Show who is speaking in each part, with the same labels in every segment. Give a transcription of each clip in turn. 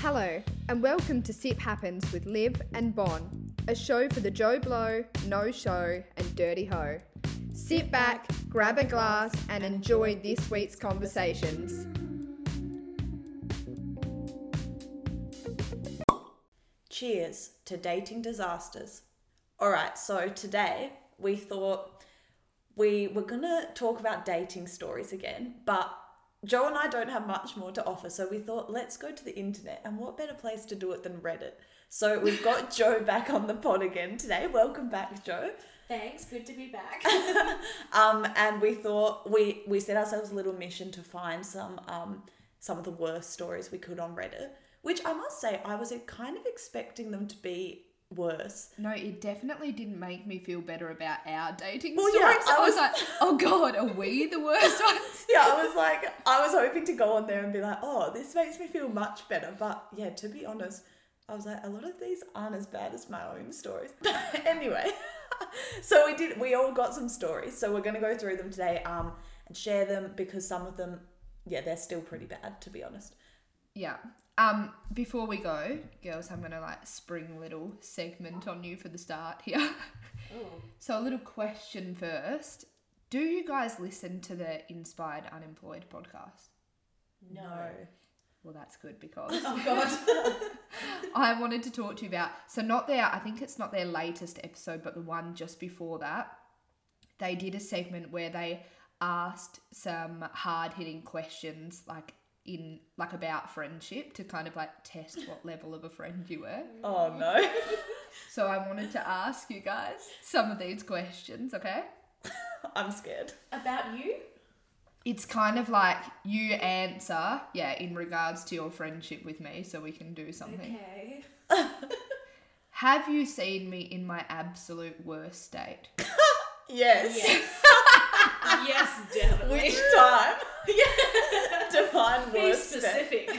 Speaker 1: Hello, and welcome to Sip Happens with Liv and Bon, a show for the Joe Blow, No Show, and Dirty Ho. Sit back, grab a glass, and enjoy this week's conversations.
Speaker 2: Cheers to dating disasters. All right, so today we thought we were gonna talk about dating stories again, but Joe and I don't have much more to offer, so we thought let's go to the internet, and what better place to do it than Reddit? So we've got Joe back on the pod again today. Welcome back, Joe.
Speaker 3: Thanks, good to be back.
Speaker 2: Um, and we thought we we set ourselves a little mission to find some um some of the worst stories we could on Reddit, which I must say I was uh, kind of expecting them to be worse.
Speaker 4: No, it definitely didn't make me feel better about our dating
Speaker 2: Well, yeah,
Speaker 4: stories.
Speaker 2: I
Speaker 4: I was
Speaker 2: was-
Speaker 4: like, oh god, are we the worst ones?
Speaker 2: Yeah, I was like, I was hoping to go on there and be like, oh, this makes me feel much better. But yeah, to be honest, I was like, a lot of these aren't as bad as my own stories. anyway, so we did, we all got some stories. So we're going to go through them today um, and share them because some of them, yeah, they're still pretty bad, to be honest.
Speaker 4: Yeah. Um, before we go, girls, I'm gonna like spring a little segment on you for the start here. so a little question first. Do you guys listen to the Inspired Unemployed podcast?
Speaker 2: No.
Speaker 4: Well, that's good because oh god, I wanted to talk to you about. So not their, I think it's not their latest episode, but the one just before that. They did a segment where they asked some hard hitting questions, like in like about friendship, to kind of like test what level of a friend you were.
Speaker 2: Oh, no.
Speaker 4: So I wanted to ask you guys some of these questions, okay?
Speaker 2: I'm scared.
Speaker 3: About you?
Speaker 4: It's kind of like you answer, yeah, in regards to your friendship with me, so we can do something.
Speaker 3: Okay.
Speaker 4: Have you seen me in my absolute worst state?
Speaker 2: Yes.
Speaker 3: Yes. yes, definitely.
Speaker 2: Which time? Define
Speaker 3: Be
Speaker 2: worst. then.
Speaker 3: specific.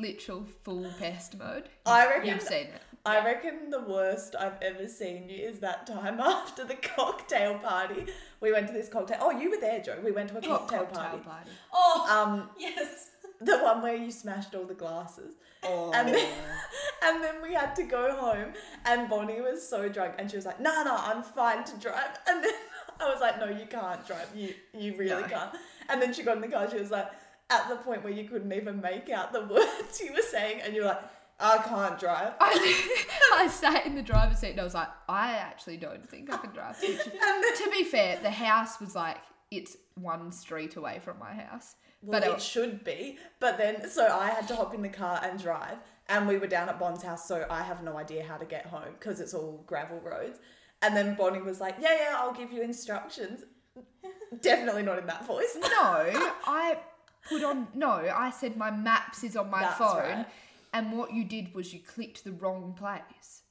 Speaker 4: Literal full pest mode.
Speaker 2: I reckon
Speaker 4: You've seen it.
Speaker 2: I reckon the worst I've ever seen you is that time after the cocktail party. We went to this cocktail. Oh, you were there, Joe. We went to a cocktail, party.
Speaker 3: Oh,
Speaker 2: Um,
Speaker 3: yes.
Speaker 2: the one where you smashed all the glasses. And then, and then we had to go home, and Bonnie was so drunk, and she was like, "No, no, I'm fine to drive." And then I was like, "No, you can't drive. You, you really
Speaker 4: No.
Speaker 2: can't." And then she got in the car. She was like, at the point where you couldn't even make out the words you were saying, and you were like, "I can't drive."
Speaker 4: I, I sat in the driver's seat and I was like, I actually don't think I can drive. Which, to be fair, the house was like, it's one street away from my house.
Speaker 2: Well,
Speaker 4: but
Speaker 2: it should be. But then, so I had to hop in the car and drive, and we were down at Bond's house, so I have no idea how to get home because it's all gravel roads. And then Bonnie was like, "Yeah, yeah, I'll give you instructions." Definitely not in that voice.
Speaker 4: no, I put on, no, I said my maps is on my
Speaker 2: That's
Speaker 4: phone.
Speaker 2: right.
Speaker 4: And what you did was you clicked the wrong place.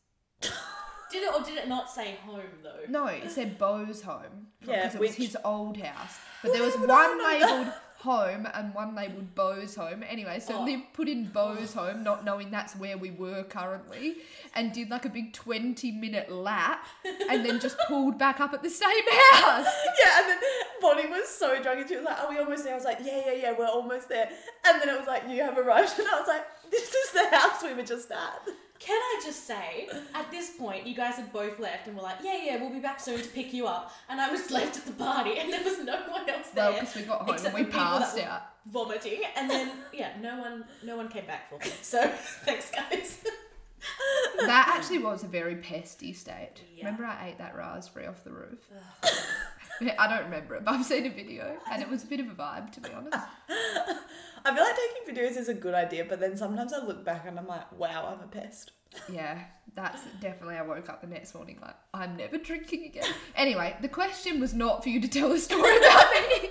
Speaker 3: Did it or did it not say home though?
Speaker 4: No, it said Bo's home.
Speaker 2: Yeah,
Speaker 4: because it
Speaker 2: which-
Speaker 4: was his old house. But there was
Speaker 2: Well, I
Speaker 4: one
Speaker 2: remember.
Speaker 4: labelled home and one labelled Bo's home. Anyway, so
Speaker 3: Oh.
Speaker 4: Liv put in Bo's home, not knowing that's where we were currently, and did like a big 20 minute lap and then just pulled back up at the same house.
Speaker 2: Yeah, and then Bonnie was so drunk, and she was like, "Are we almost there?" I was like, "Yeah, yeah, yeah, we're almost there." And then it was like, "You have arrived," and I was like, "This is the house we were just at."
Speaker 3: Can I just say, at this point, you guys had both left and were like, yeah, yeah, we'll be back soon to pick you up. And I was left at the party and there was no one else
Speaker 4: Well,
Speaker 3: there.
Speaker 4: because we got home
Speaker 3: except
Speaker 4: and
Speaker 3: for
Speaker 4: we
Speaker 3: people that
Speaker 4: passed
Speaker 3: were
Speaker 4: out.
Speaker 3: Vomiting. And then, yeah, no one no one came back for me. So, thanks, guys.
Speaker 4: That actually was a very pesty state.
Speaker 3: Yeah.
Speaker 4: Remember, I ate that raspberry off the roof? I don't remember it, but I've seen a video and it was a bit of a vibe, to be honest.
Speaker 2: I feel like taking videos is a good idea, but then sometimes I look back and I'm like, "Wow, I'm a pest."
Speaker 4: Yeah, that's definitely. I woke up the next morning like, I'm never drinking again. Anyway, the question was not for you to tell a story about me.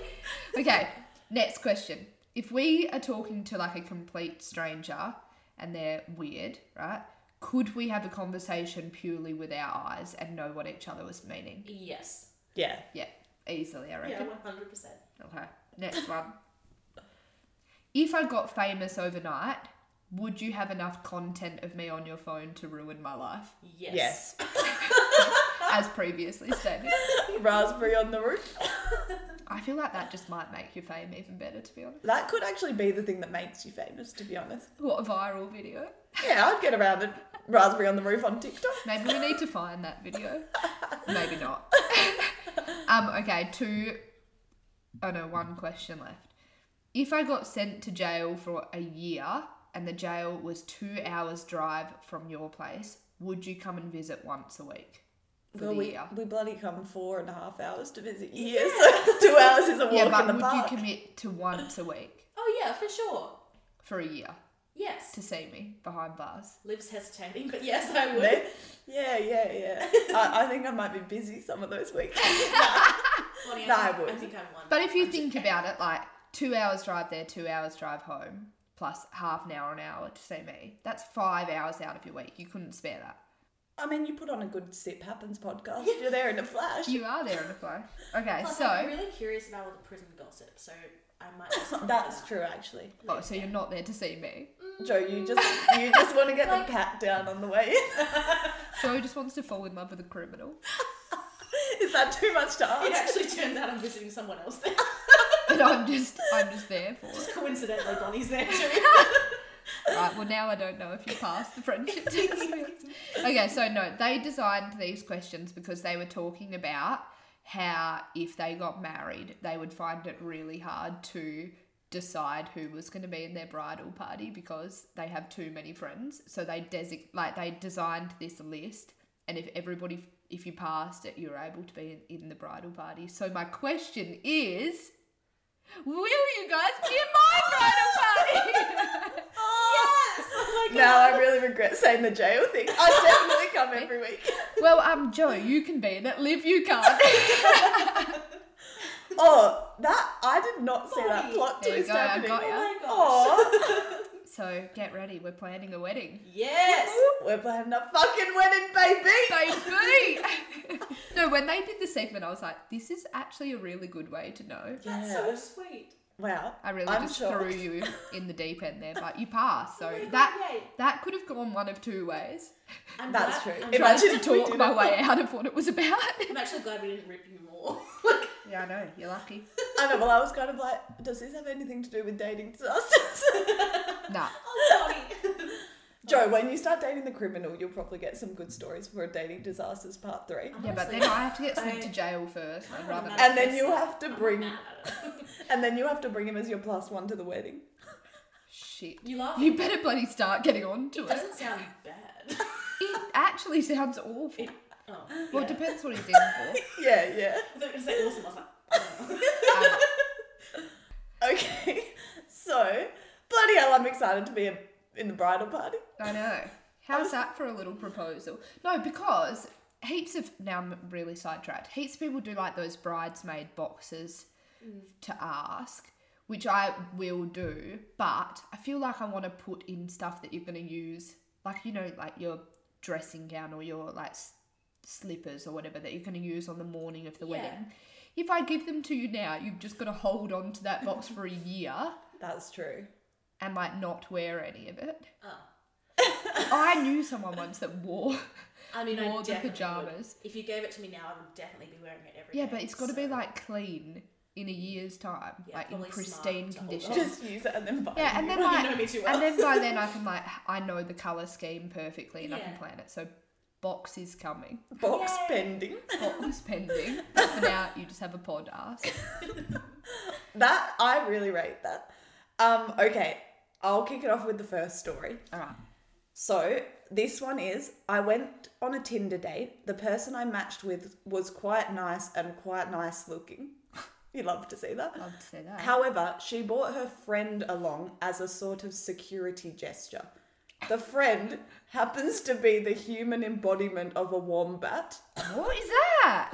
Speaker 4: Okay, next question. If we are talking to like a complete stranger and they're weird, right? Could we have a conversation purely with our eyes and know what each other was meaning?
Speaker 3: Yes.
Speaker 2: Yeah.
Speaker 4: Yeah, easily, I
Speaker 3: Yeah,
Speaker 4: reckon.
Speaker 3: 100%.
Speaker 4: Okay, next one. If I got famous overnight, would you have enough content of me on your phone to ruin my life?
Speaker 3: Yes.
Speaker 2: yes.
Speaker 4: as previously stated.
Speaker 2: raspberry on the roof.
Speaker 4: I feel like that just might make your fame even better, to be honest.
Speaker 2: That could actually be the thing that makes you famous, to be honest.
Speaker 4: What a viral video.
Speaker 2: Yeah, I'd get around a raspberry on the roof on TikTok.
Speaker 4: Maybe we need to find that video. Maybe not. um, okay, two oh no, one question left. If I got sent to jail for a year and the jail was two hours drive from your place, would you come and visit once a week? For
Speaker 2: Well,
Speaker 4: the
Speaker 2: we,
Speaker 4: year?
Speaker 2: we bloody come four and a half hours to visit you, so two hours is a walk
Speaker 4: yeah, but
Speaker 2: in the
Speaker 4: would
Speaker 2: park.
Speaker 4: you commit to once a week
Speaker 3: Oh yeah, for sure.
Speaker 4: for a year
Speaker 3: Yes.
Speaker 4: to see me behind bars?
Speaker 3: Liv's hesitating, but yes, I would.
Speaker 2: No? yeah, yeah, yeah. I, I think I might be busy some of those weeks.
Speaker 3: Bonnie,
Speaker 2: No, I
Speaker 3: I, think,
Speaker 2: would.
Speaker 3: I think I'm one.
Speaker 4: But if you think about it, like two hours drive there, two hours drive home, plus half an hour an hour to see me, that's five hours out of your week. You couldn't spare that.
Speaker 2: I mean, you put on a good Sip Happens podcast, you're there in a flash.
Speaker 4: You are there in a flash. Okay,
Speaker 3: Plus, I'm
Speaker 4: so
Speaker 3: really curious about all the prison gossip, so I might. just look
Speaker 2: That's
Speaker 3: it up.
Speaker 2: true, actually.
Speaker 4: oh, so you're not there to see me.
Speaker 2: Joe, you just you just want to get the pat down on the way. in.
Speaker 4: Joe just wants to fall in love with a criminal.
Speaker 2: is that too much to ask?
Speaker 3: It actually turns out I'm visiting someone else. There.
Speaker 4: And I'm just I'm just there for it.
Speaker 3: Just coincidentally, Bonnie's there too.
Speaker 4: Right, well now I don't know if you passed the friendship test. okay, so no, they designed these questions because they were talking about how if they got married, they would find it really hard to decide who was going to be in their bridal party because they have too many friends. So they desi- like they designed this list, and if everybody if you passed it, you were able to be in, in the bridal party. So my question is, will you guys be in my bridal party?
Speaker 3: Oh
Speaker 2: Now I really regret saying the jail thing. I definitely come every week.
Speaker 4: Well, um, Joe, you can be in it. Liv, you can't.
Speaker 2: Oh, that I did not see that plot
Speaker 4: There you
Speaker 2: twist
Speaker 4: go, I
Speaker 2: happening.
Speaker 4: got ya.
Speaker 2: Oh,
Speaker 4: So get ready. We're planning a wedding.
Speaker 3: Yes.
Speaker 2: we're planning a fucking wedding, baby.
Speaker 4: Baby. no, when they did the segment, I was like, this is actually a really good way to know.
Speaker 3: That's
Speaker 2: Yeah.
Speaker 3: so sweet.
Speaker 2: Wow,
Speaker 4: I really
Speaker 2: I'm
Speaker 4: just
Speaker 2: shocked.
Speaker 4: threw you in the deep end there, but you passed. So
Speaker 3: Oh my God,
Speaker 4: that
Speaker 3: yay.
Speaker 4: that could have gone one of two ways.
Speaker 3: I'm
Speaker 2: That's
Speaker 3: glad-
Speaker 2: true.
Speaker 3: I'm,
Speaker 2: If
Speaker 4: Tried
Speaker 2: Imagine
Speaker 4: to
Speaker 2: if we
Speaker 4: talk
Speaker 2: did
Speaker 4: my
Speaker 2: it.
Speaker 4: way out of what it was about.
Speaker 3: I'm actually glad we didn't rip you more. like,
Speaker 4: Yeah, I know. You're lucky.
Speaker 2: I know. Well, I was kind of like, does this have anything to do with dating disasters?
Speaker 4: Nah.
Speaker 3: oh, Bonnie.
Speaker 2: Joe, when you start dating the criminal, you'll probably get some good stories for dating disasters part three.
Speaker 4: Yeah, but
Speaker 3: Honestly,
Speaker 4: then I have to get sent
Speaker 3: I-
Speaker 4: to jail first. I'd
Speaker 3: don't
Speaker 4: rather
Speaker 3: know.
Speaker 4: not.
Speaker 2: And then you have to
Speaker 3: I'm
Speaker 2: bring,
Speaker 3: mad at it.
Speaker 2: and then you have to bring him as your plus one to the wedding.
Speaker 4: Shit.
Speaker 3: You laugh.
Speaker 4: You better bloody start getting on to
Speaker 3: It
Speaker 4: it.
Speaker 3: doesn't sound bad.
Speaker 4: It actually sounds awful.
Speaker 3: It- Oh,
Speaker 4: Well,
Speaker 3: yeah.
Speaker 4: it depends what he's in for.
Speaker 2: Yeah, yeah.
Speaker 3: I thought you were gonna say awesome. I was like, oh.
Speaker 4: Um,
Speaker 2: Okay, so bloody hell, I'm excited to be a, in the bridal party.
Speaker 4: I know. How's that for a little proposal? No, because heaps of now I'm really sidetracked. Heaps of people do like those bridesmaid boxes
Speaker 3: Mm.
Speaker 4: to ask, which I will do, but I feel like I want to put in stuff that you're going to use, like you know, like your dressing gown or your like s- slippers or whatever that you're going to use on the morning of the
Speaker 3: Yeah.
Speaker 4: wedding. If I give them to you now, you've just got to hold on to that box for a year.
Speaker 2: That's true.
Speaker 4: and like not wear any of it. Oh,
Speaker 3: Oh.
Speaker 4: I knew someone once that wore.
Speaker 3: I mean, I
Speaker 4: Or the
Speaker 3: definitely
Speaker 4: pyjamas.
Speaker 3: Would. If you gave it to me now, I would definitely be wearing it every day.
Speaker 4: Yeah, but it's got to be
Speaker 3: so-
Speaker 4: like clean in a year's time,
Speaker 3: Yeah,
Speaker 4: like in
Speaker 3: probably smart
Speaker 4: pristine
Speaker 3: to hold on.
Speaker 4: condition.
Speaker 2: Just use it and then buy.
Speaker 4: Oh. yeah,
Speaker 2: a
Speaker 4: and
Speaker 2: new
Speaker 4: then
Speaker 2: one.
Speaker 4: like,
Speaker 3: know me too well.
Speaker 4: and then by then I can like I know the color scheme perfectly and I can
Speaker 3: Yeah.
Speaker 4: plan it. So box is coming,
Speaker 2: box
Speaker 3: Yay.
Speaker 2: pending.
Speaker 4: box pending. But for now, you just have a pod ask.
Speaker 2: That I really rate that. Um, okay, I'll kick it off with the first story.
Speaker 4: All right.
Speaker 2: So this one is I went on a Tinder date. The person I matched with was quite nice and quite nice looking. you love to see that.
Speaker 4: Love to say that.
Speaker 2: However, she brought her friend along as a sort of security gesture. The friend happens to be the human embodiment of a wombat.
Speaker 4: what is that?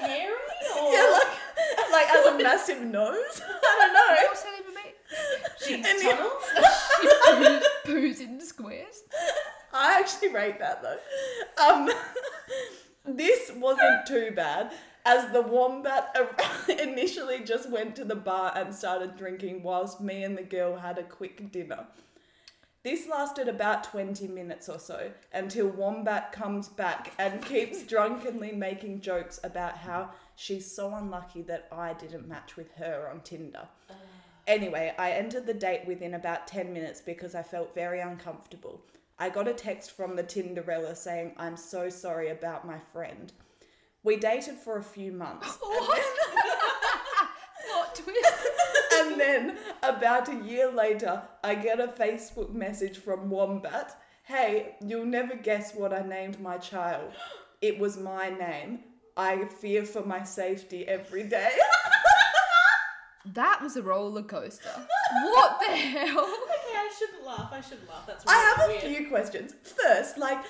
Speaker 3: hairy or
Speaker 2: Yeah, like, like as a massive nose. I
Speaker 4: What's that even mean?
Speaker 3: she's
Speaker 2: and you-
Speaker 3: tunnels.
Speaker 4: She poos, poos in squares.
Speaker 2: don't know. I actually rate that though. Um, this wasn't too bad as the wombat ar- initially just went to the bar and started drinking whilst me and the girl had a quick dinner. This lasted about 20 minutes or so until Wombat comes back and keeps drunkenly making jokes about how she's so unlucky that I didn't match with her on Tinder. Anyway, I ended the date within about 10 minutes because I felt very uncomfortable. I got a text from the Tinderella saying, I'm so sorry about my friend. We dated for a few months.
Speaker 4: Plot twist.
Speaker 2: And then, about a year later, I get a Facebook message from Wombat Hey, you'll never guess what I named my child. It was my name. I fear for my safety every day.
Speaker 4: That was a roller coaster. What the hell?
Speaker 3: Okay, I shouldn't laugh. I shouldn't laugh. That's
Speaker 2: I
Speaker 3: really
Speaker 2: have a
Speaker 3: weird.
Speaker 2: few questions. First, like,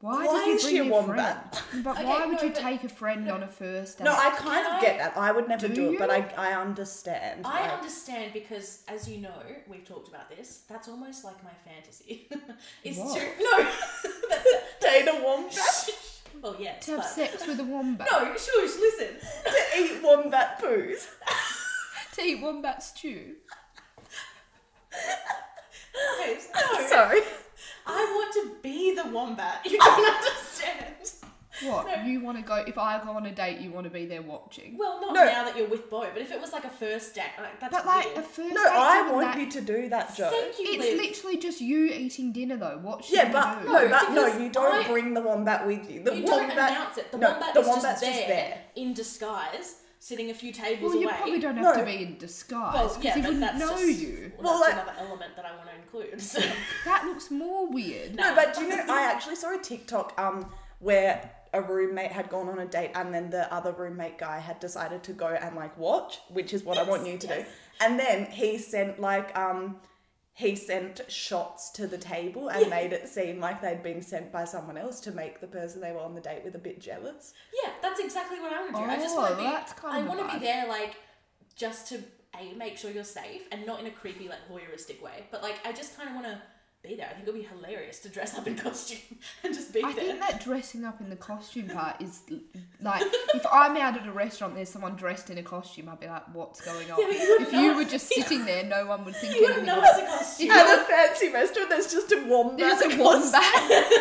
Speaker 4: Why,
Speaker 2: Why
Speaker 4: did you
Speaker 2: is
Speaker 4: bring
Speaker 2: she a
Speaker 4: your
Speaker 2: wombat?
Speaker 4: friend? But
Speaker 3: Okay,
Speaker 4: why would
Speaker 3: no,
Speaker 4: you
Speaker 3: but-
Speaker 4: take a friend on a first date?
Speaker 2: no, I kind
Speaker 3: Can
Speaker 2: of
Speaker 3: I-
Speaker 2: get that. I would never
Speaker 4: Do
Speaker 2: do, it, but I,
Speaker 4: you?
Speaker 2: I understand.
Speaker 3: I
Speaker 2: like-
Speaker 3: understand because, as you know, we've talked about this. That's almost like my fantasy. Is
Speaker 4: What?
Speaker 3: to no. that's a,
Speaker 2: Date a wombat
Speaker 3: well, yes.
Speaker 4: to have
Speaker 3: but-
Speaker 4: sex with a wombat.
Speaker 3: No, shush. Listen.
Speaker 2: to eat wombat poos.
Speaker 4: To eat wombat stew.
Speaker 3: No, no.
Speaker 2: Sorry.
Speaker 3: I want to be the wombat. You don't understand.
Speaker 4: What?
Speaker 3: No.
Speaker 4: You want to go? If I go on a date, you want to be there watching.
Speaker 3: Well, not
Speaker 2: No.
Speaker 3: now that you're with Bo, but if it was like a first date, like that's
Speaker 4: But like a
Speaker 3: weird.
Speaker 4: first date,
Speaker 2: No, I want
Speaker 4: that,
Speaker 2: you to do that, Joe.
Speaker 3: Thank you,
Speaker 4: It's
Speaker 3: Liv.
Speaker 4: literally just you eating dinner though. What should
Speaker 2: Yeah,
Speaker 4: you
Speaker 2: but
Speaker 4: do?
Speaker 2: no, but no,
Speaker 3: because
Speaker 2: you don't
Speaker 3: I-
Speaker 2: bring the wombat with you. The
Speaker 3: you don't
Speaker 2: wombat,
Speaker 3: announce it. The
Speaker 2: no,
Speaker 3: wombat
Speaker 2: the
Speaker 3: is
Speaker 2: wombat's
Speaker 3: just there, in disguise, sitting a few tables
Speaker 4: well, you
Speaker 3: away.
Speaker 4: probably don't
Speaker 2: No.
Speaker 4: have to be in disguise
Speaker 3: well,
Speaker 4: because
Speaker 3: yeah,
Speaker 4: he
Speaker 3: but
Speaker 4: wouldn't
Speaker 3: that's
Speaker 4: know
Speaker 3: just,
Speaker 4: you.
Speaker 3: Well,
Speaker 2: Well,
Speaker 3: that's
Speaker 2: like-
Speaker 3: another element that I want to include. So.
Speaker 4: That looks more weird.
Speaker 2: No, but do you know? I actually saw a TikTok um where a roommate had gone on a date and then the other roommate guy had decided to go and like watch, which is what I want you to
Speaker 3: yes.
Speaker 2: do. And then he sent like um he sent shots to the table and made it seem like they'd been sent by someone else to make the person they were on the date with a bit jealous.
Speaker 3: Yeah, that's exactly what I want to do. I just
Speaker 4: Oh,
Speaker 3: want to be.
Speaker 4: that's kind
Speaker 3: I
Speaker 4: of
Speaker 3: want to
Speaker 4: nice.
Speaker 3: be there, like, just to a make sure you're safe, and not in a creepy, like, voyeuristic way. But like, I just kind of want to be there. I think it'd be hilarious to dress up in costume and just be
Speaker 4: I
Speaker 3: there.
Speaker 4: think that dressing up in the costume part is l- like if I'm out at a restaurant, and there's someone dressed in a costume, I'd be like, "What's going on?"
Speaker 3: Yeah, but you wouldn't
Speaker 4: if you
Speaker 3: know.
Speaker 4: were just sitting there, no one would think
Speaker 3: you wouldn't
Speaker 4: anything.
Speaker 3: know
Speaker 4: of it.
Speaker 3: it's a costume.
Speaker 4: Yeah.
Speaker 2: At a fancy restaurant, there's just a wombat.
Speaker 4: There's a
Speaker 2: across-
Speaker 4: wombat.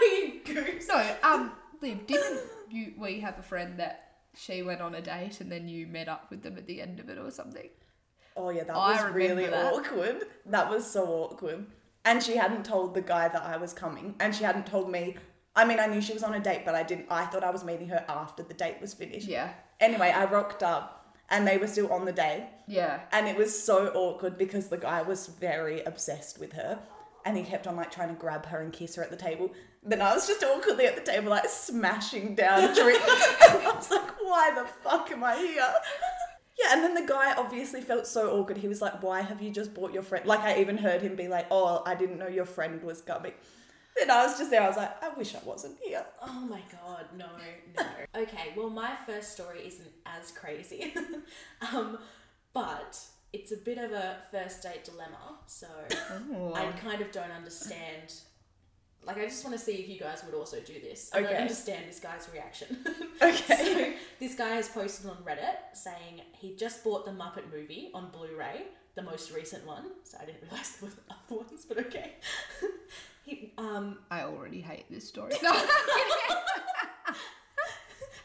Speaker 3: no, you goose.
Speaker 4: no, um, Liv, didn't you? We have a friend that she went on a date and then you met up with them at the end of it or something.
Speaker 2: Oh yeah, that
Speaker 4: I
Speaker 2: was
Speaker 4: remember
Speaker 2: really
Speaker 4: that.
Speaker 2: awkward. That was so awkward. And she hadn't told the guy that I was coming, and she hadn't told me. I mean, I knew she was on a date, but I didn't. I thought I was meeting her after the date was finished.
Speaker 4: Yeah,
Speaker 2: Anyway, I rocked up, and they were still on the date,
Speaker 4: yeah.
Speaker 2: and it was so awkward because the guy was very obsessed with her, and he kept on like trying to grab her and kiss her at the table. Then I was just awkwardly at the table, like smashing down drinks. I was like, why the fuck am I here? Yeah, and then the guy obviously felt so awkward. He was like, "Why have you just bought your friend?" Like I even heard him be like, "Oh, I didn't know your friend was coming." Then I was just there. I was like, "I wish I wasn't here."
Speaker 3: Oh my god, no, no. okay, well, my first story isn't as crazy, um, but it's a bit of a first date dilemma, so
Speaker 4: Oh.
Speaker 3: I kind of don't understand. Like, I just want to see if you guys would also do this. I
Speaker 2: Okay.
Speaker 3: don't understand this guy's reaction.
Speaker 2: Okay.
Speaker 3: so, this guy has posted on Reddit saying he just bought the Muppet movie on Blu ray, the most recent one, so I didn't realize there were other ones, but okay. he, um,
Speaker 4: I already hate this story.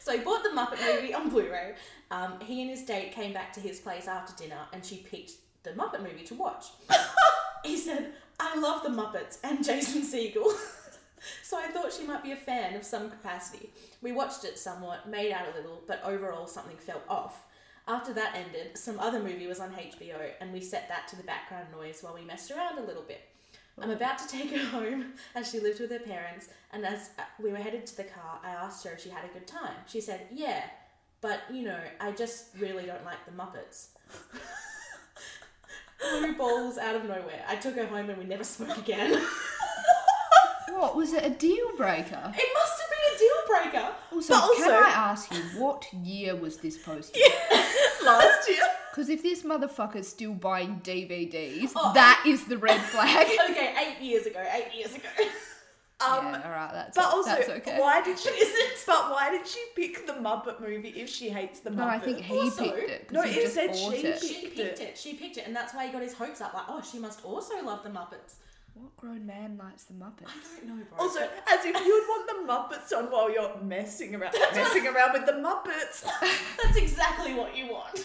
Speaker 3: So he bought the Muppet movie on Blu-ray. Um, he and his date came back to his place after dinner, and she picked the Muppet movie to watch. he said, "I love the Muppets and Jason Segel." So I thought she might be a fan of some capacity. We watched it somewhat, made out a little, but overall something felt off. After that ended, some other movie was on HBO, and we set that to the background noise while we messed around a little bit. I'm about to take her home as she lived with her parents, and as uh, we were headed to the car, I asked her if she had a good time. She said, Yeah, but you know, I just really don't like the Muppets. Blue balls out of nowhere. I took her home and we never spoke again. it must
Speaker 4: what was it? A deal breaker?
Speaker 3: have been a deal breaker.
Speaker 4: Also,
Speaker 2: But
Speaker 4: can
Speaker 2: also-
Speaker 4: I ask you what year was this posted?
Speaker 2: Last year.
Speaker 4: Because if this motherfucker's still buying DVDs,
Speaker 3: Oh.
Speaker 4: that is the red flag.
Speaker 3: Okay, eight years ago, eight years ago.
Speaker 2: Um,
Speaker 4: yeah, all right, that's
Speaker 2: But
Speaker 4: o-
Speaker 2: also,
Speaker 4: that's okay.
Speaker 2: why did she? But why did she pick the Muppet movie if she hates the Muppet?
Speaker 4: no, I think he
Speaker 3: Also-
Speaker 4: picked it. 'cause
Speaker 2: No,
Speaker 4: he
Speaker 2: it
Speaker 4: just
Speaker 2: said
Speaker 4: bought
Speaker 2: she
Speaker 4: it.
Speaker 2: picked-
Speaker 3: she picked it. She picked it, and that's why he got his hopes up like, oh, she must also love the Muppets.
Speaker 4: What grown man likes the Muppets?
Speaker 3: I don't know, bro.
Speaker 2: Also, as if you'd want the Muppets on while you're messing around, messing around with the Muppets.
Speaker 3: that's exactly what you want.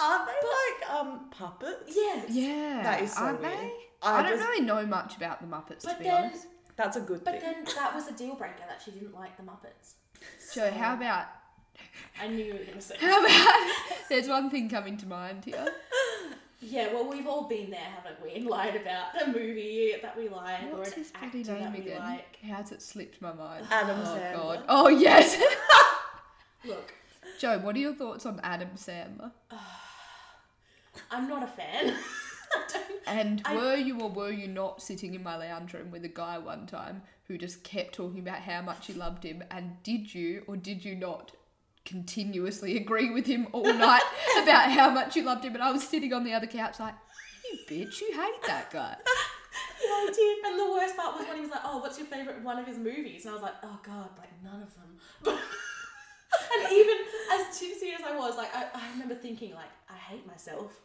Speaker 2: Aren't they like um puppets?
Speaker 3: yes.
Speaker 4: Yeah.
Speaker 2: That is so
Speaker 4: aren't
Speaker 2: weird.
Speaker 4: they?
Speaker 2: I
Speaker 4: I, don't
Speaker 2: just-
Speaker 4: really know much about the Muppets to
Speaker 3: But
Speaker 4: be
Speaker 3: then,
Speaker 4: honest.
Speaker 2: That's a good
Speaker 3: but
Speaker 2: thing.
Speaker 3: then that was a deal breaker that she didn't like the Muppets.
Speaker 4: So how about
Speaker 3: I knew you were gonna say.
Speaker 4: how about there's one thing coming to mind here.
Speaker 3: Yeah, well, we've all been there, haven't we? And lied about a movie that we like or
Speaker 4: What's
Speaker 3: an
Speaker 4: his
Speaker 3: actor
Speaker 4: bloody name
Speaker 3: that we
Speaker 4: again?
Speaker 3: like.
Speaker 4: How's it slipped my mind?
Speaker 2: Adam
Speaker 4: oh
Speaker 2: Sandler.
Speaker 4: god. Oh yes.
Speaker 3: Look,
Speaker 4: Joe, what are your thoughts on Adam Sandler?
Speaker 3: I'm not a fan. I don't.
Speaker 4: And
Speaker 3: I-
Speaker 4: were you or were you not sitting in my lounge room with a guy one time who just kept talking about how much he loved him? And did you or did you not continuously agree with him all night about how much you loved him? And I was sitting on the other couch like, you bitch, you hate that guy.
Speaker 3: Yeah, I
Speaker 4: Oh,
Speaker 3: did. And the worst part was when he was like, "Oh, what's your favorite one of his movies?" And I was like, "Oh God, like none of them." But and even as tipsy as I was, like I, I remember thinking, like I hate myself.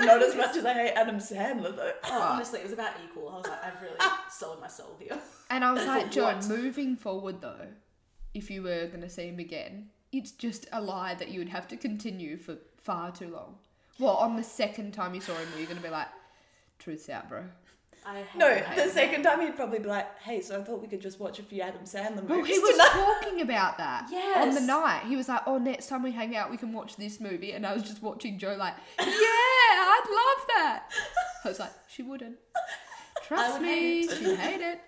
Speaker 2: Not as much as I hate Adam Sandler though.
Speaker 3: Oh, honestly, it was about equal. I was like, I've really sold my soul here.
Speaker 4: And I was like, Joe,
Speaker 3: What?
Speaker 4: moving forward though, if you were going to see him again, it's just a lie that you would have to continue for far too long. Well, on the second time you saw him, were you going to be like, truth's out, bro?
Speaker 3: I hate
Speaker 2: No,
Speaker 3: myself.
Speaker 2: the second time he'd probably be like, "Hey, so I thought we could just watch a few Adam Sandler movies."
Speaker 4: Well, he was talking about that on
Speaker 3: Yes.
Speaker 4: the night. He was like, "Oh, next time we hang out, we can watch this movie." And I was just watching Joe, like, "Yeah, I'd love that." I was like, "She wouldn't." Trust
Speaker 3: would
Speaker 4: me,
Speaker 3: hate
Speaker 4: she'd hate it.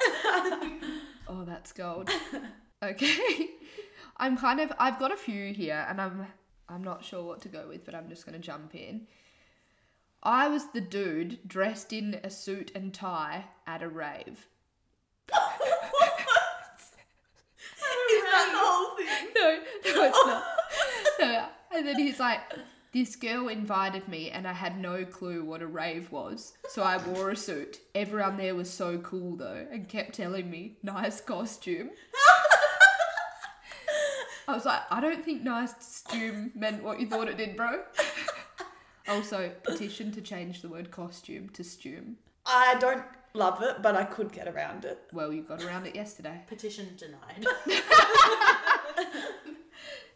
Speaker 4: oh, that's gold. Okay, I'm kind of. I've got a few here, and I'm. I'm not sure what to go with, but I'm just gonna jump in. I was the dude dressed in a suit and tie at a rave.
Speaker 2: Is that the whole thing?
Speaker 4: no, no, it's not. No. And then he's like, this girl invited me and I had no clue what a rave was. So I wore a suit. Everyone there was so cool though and kept telling me, nice costume. I was like, I don't think nice costume meant what you thought it did, bro. Also, petition to change the word costume to stume.
Speaker 2: I don't love it, but I could get around it.
Speaker 4: Well, you got around it yesterday.
Speaker 3: petition denied.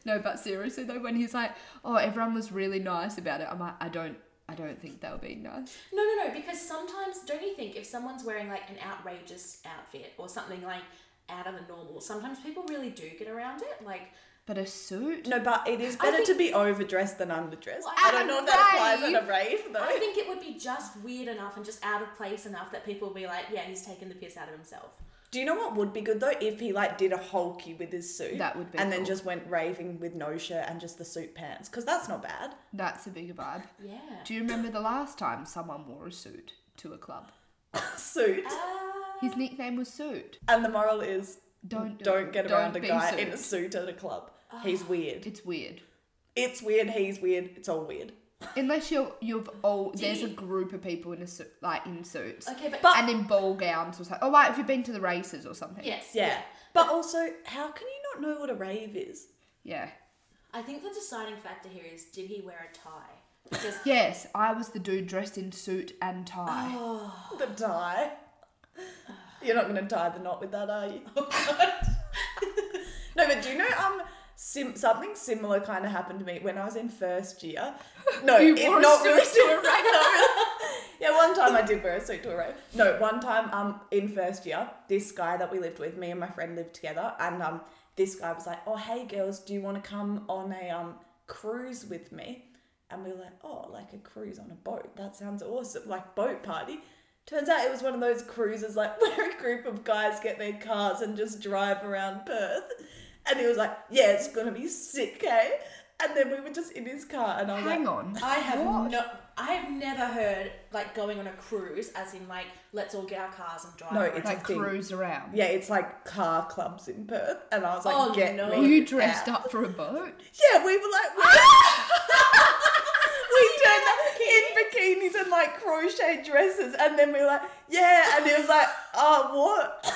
Speaker 4: No, but seriously though, when he's like, "Oh, everyone was really nice about it," I'm like, "I don't, I don't think they were being nice."
Speaker 3: No, no, no, because sometimes, don't you think, if someone's wearing like an outrageous outfit or something like out of the normal, sometimes people really do get around it. Like,
Speaker 4: But a suit.
Speaker 2: No, but it is better
Speaker 3: think-
Speaker 2: to be overdressed than underdressed.
Speaker 3: Well,
Speaker 2: I don't know if that applies at a rave
Speaker 3: I
Speaker 2: though.
Speaker 3: think it would be just weird enough and just out of place enough that people would be like, yeah, he's taking the piss out of himself.
Speaker 2: Do you know what would be good though? If he like did a hulky with his suit,
Speaker 4: That would be
Speaker 2: and then
Speaker 4: cool.
Speaker 2: just went raving with no shirt and just the suit pants, because that's not bad.
Speaker 4: That's a bigger vibe.
Speaker 3: Yeah.
Speaker 4: Do you remember the last time someone wore a suit to a club?
Speaker 2: Suit,
Speaker 3: Uh,
Speaker 4: His nickname was Suit.
Speaker 2: and the moral is
Speaker 4: Don't do
Speaker 2: don't
Speaker 4: it.
Speaker 2: get
Speaker 4: Don't
Speaker 2: around a
Speaker 4: be Ah.
Speaker 2: guy
Speaker 4: suit.
Speaker 2: in a suit at a club. He's weird.
Speaker 4: It's weird.
Speaker 2: It's weird. He's weird. It's all weird.
Speaker 4: Unless you're you've all there's a
Speaker 3: you-
Speaker 4: group of people in a suit like in suits
Speaker 3: okay, but,
Speaker 2: But-
Speaker 4: and in ball gowns or something. Oh, like if you've been to the races or something.
Speaker 3: yes,
Speaker 2: Yeah.
Speaker 3: yeah.
Speaker 2: But also, how can you not know what a rave is?
Speaker 4: Yeah.
Speaker 3: I think the deciding factor here is did he wear a tie? Because
Speaker 4: Yes, I was the dude dressed in suit and tie.
Speaker 2: Oh, The tie. You're not going to tie the knot with that, are you? no, but do you know um sim- something similar kind of happened to me when I was in first year? No,
Speaker 4: You
Speaker 2: it-
Speaker 4: wore a
Speaker 2: not
Speaker 4: suit
Speaker 2: really
Speaker 4: to
Speaker 2: to a yeah, one time I did wear a suit to a rave. No, one time um in first year, this guy that we lived with, me and my friend lived together, and um this guy was like, "Oh hey girls, do you want to come on a um cruise with me?" And we were like, "Oh, like a cruise on a boat? That sounds awesome! Like boat party." Turns out it was one of those cruises like where a group of guys get their cars and just drive around Perth. And he was like, "Yeah, it's gonna be sick, hey." And then we were just in his car, and I was
Speaker 4: Hang
Speaker 2: like,
Speaker 4: on.
Speaker 3: I have
Speaker 4: What?
Speaker 3: no. I have never heard like going on a cruise, as in like let's all get our cars and drive.
Speaker 2: "No,
Speaker 3: around.
Speaker 2: it's
Speaker 4: like
Speaker 2: a thing.
Speaker 4: cruise around.
Speaker 2: Yeah, it's like car clubs in Perth, and I was like,
Speaker 3: Oh,
Speaker 2: "Get
Speaker 3: no.
Speaker 4: Were
Speaker 2: me!"
Speaker 4: you dressed
Speaker 2: out.
Speaker 4: up for a boat?
Speaker 2: Yeah, we were like, we, we turned up in bikinis and like crochet dresses, and then we were like, "Yeah," and he was like, "Oh, what?"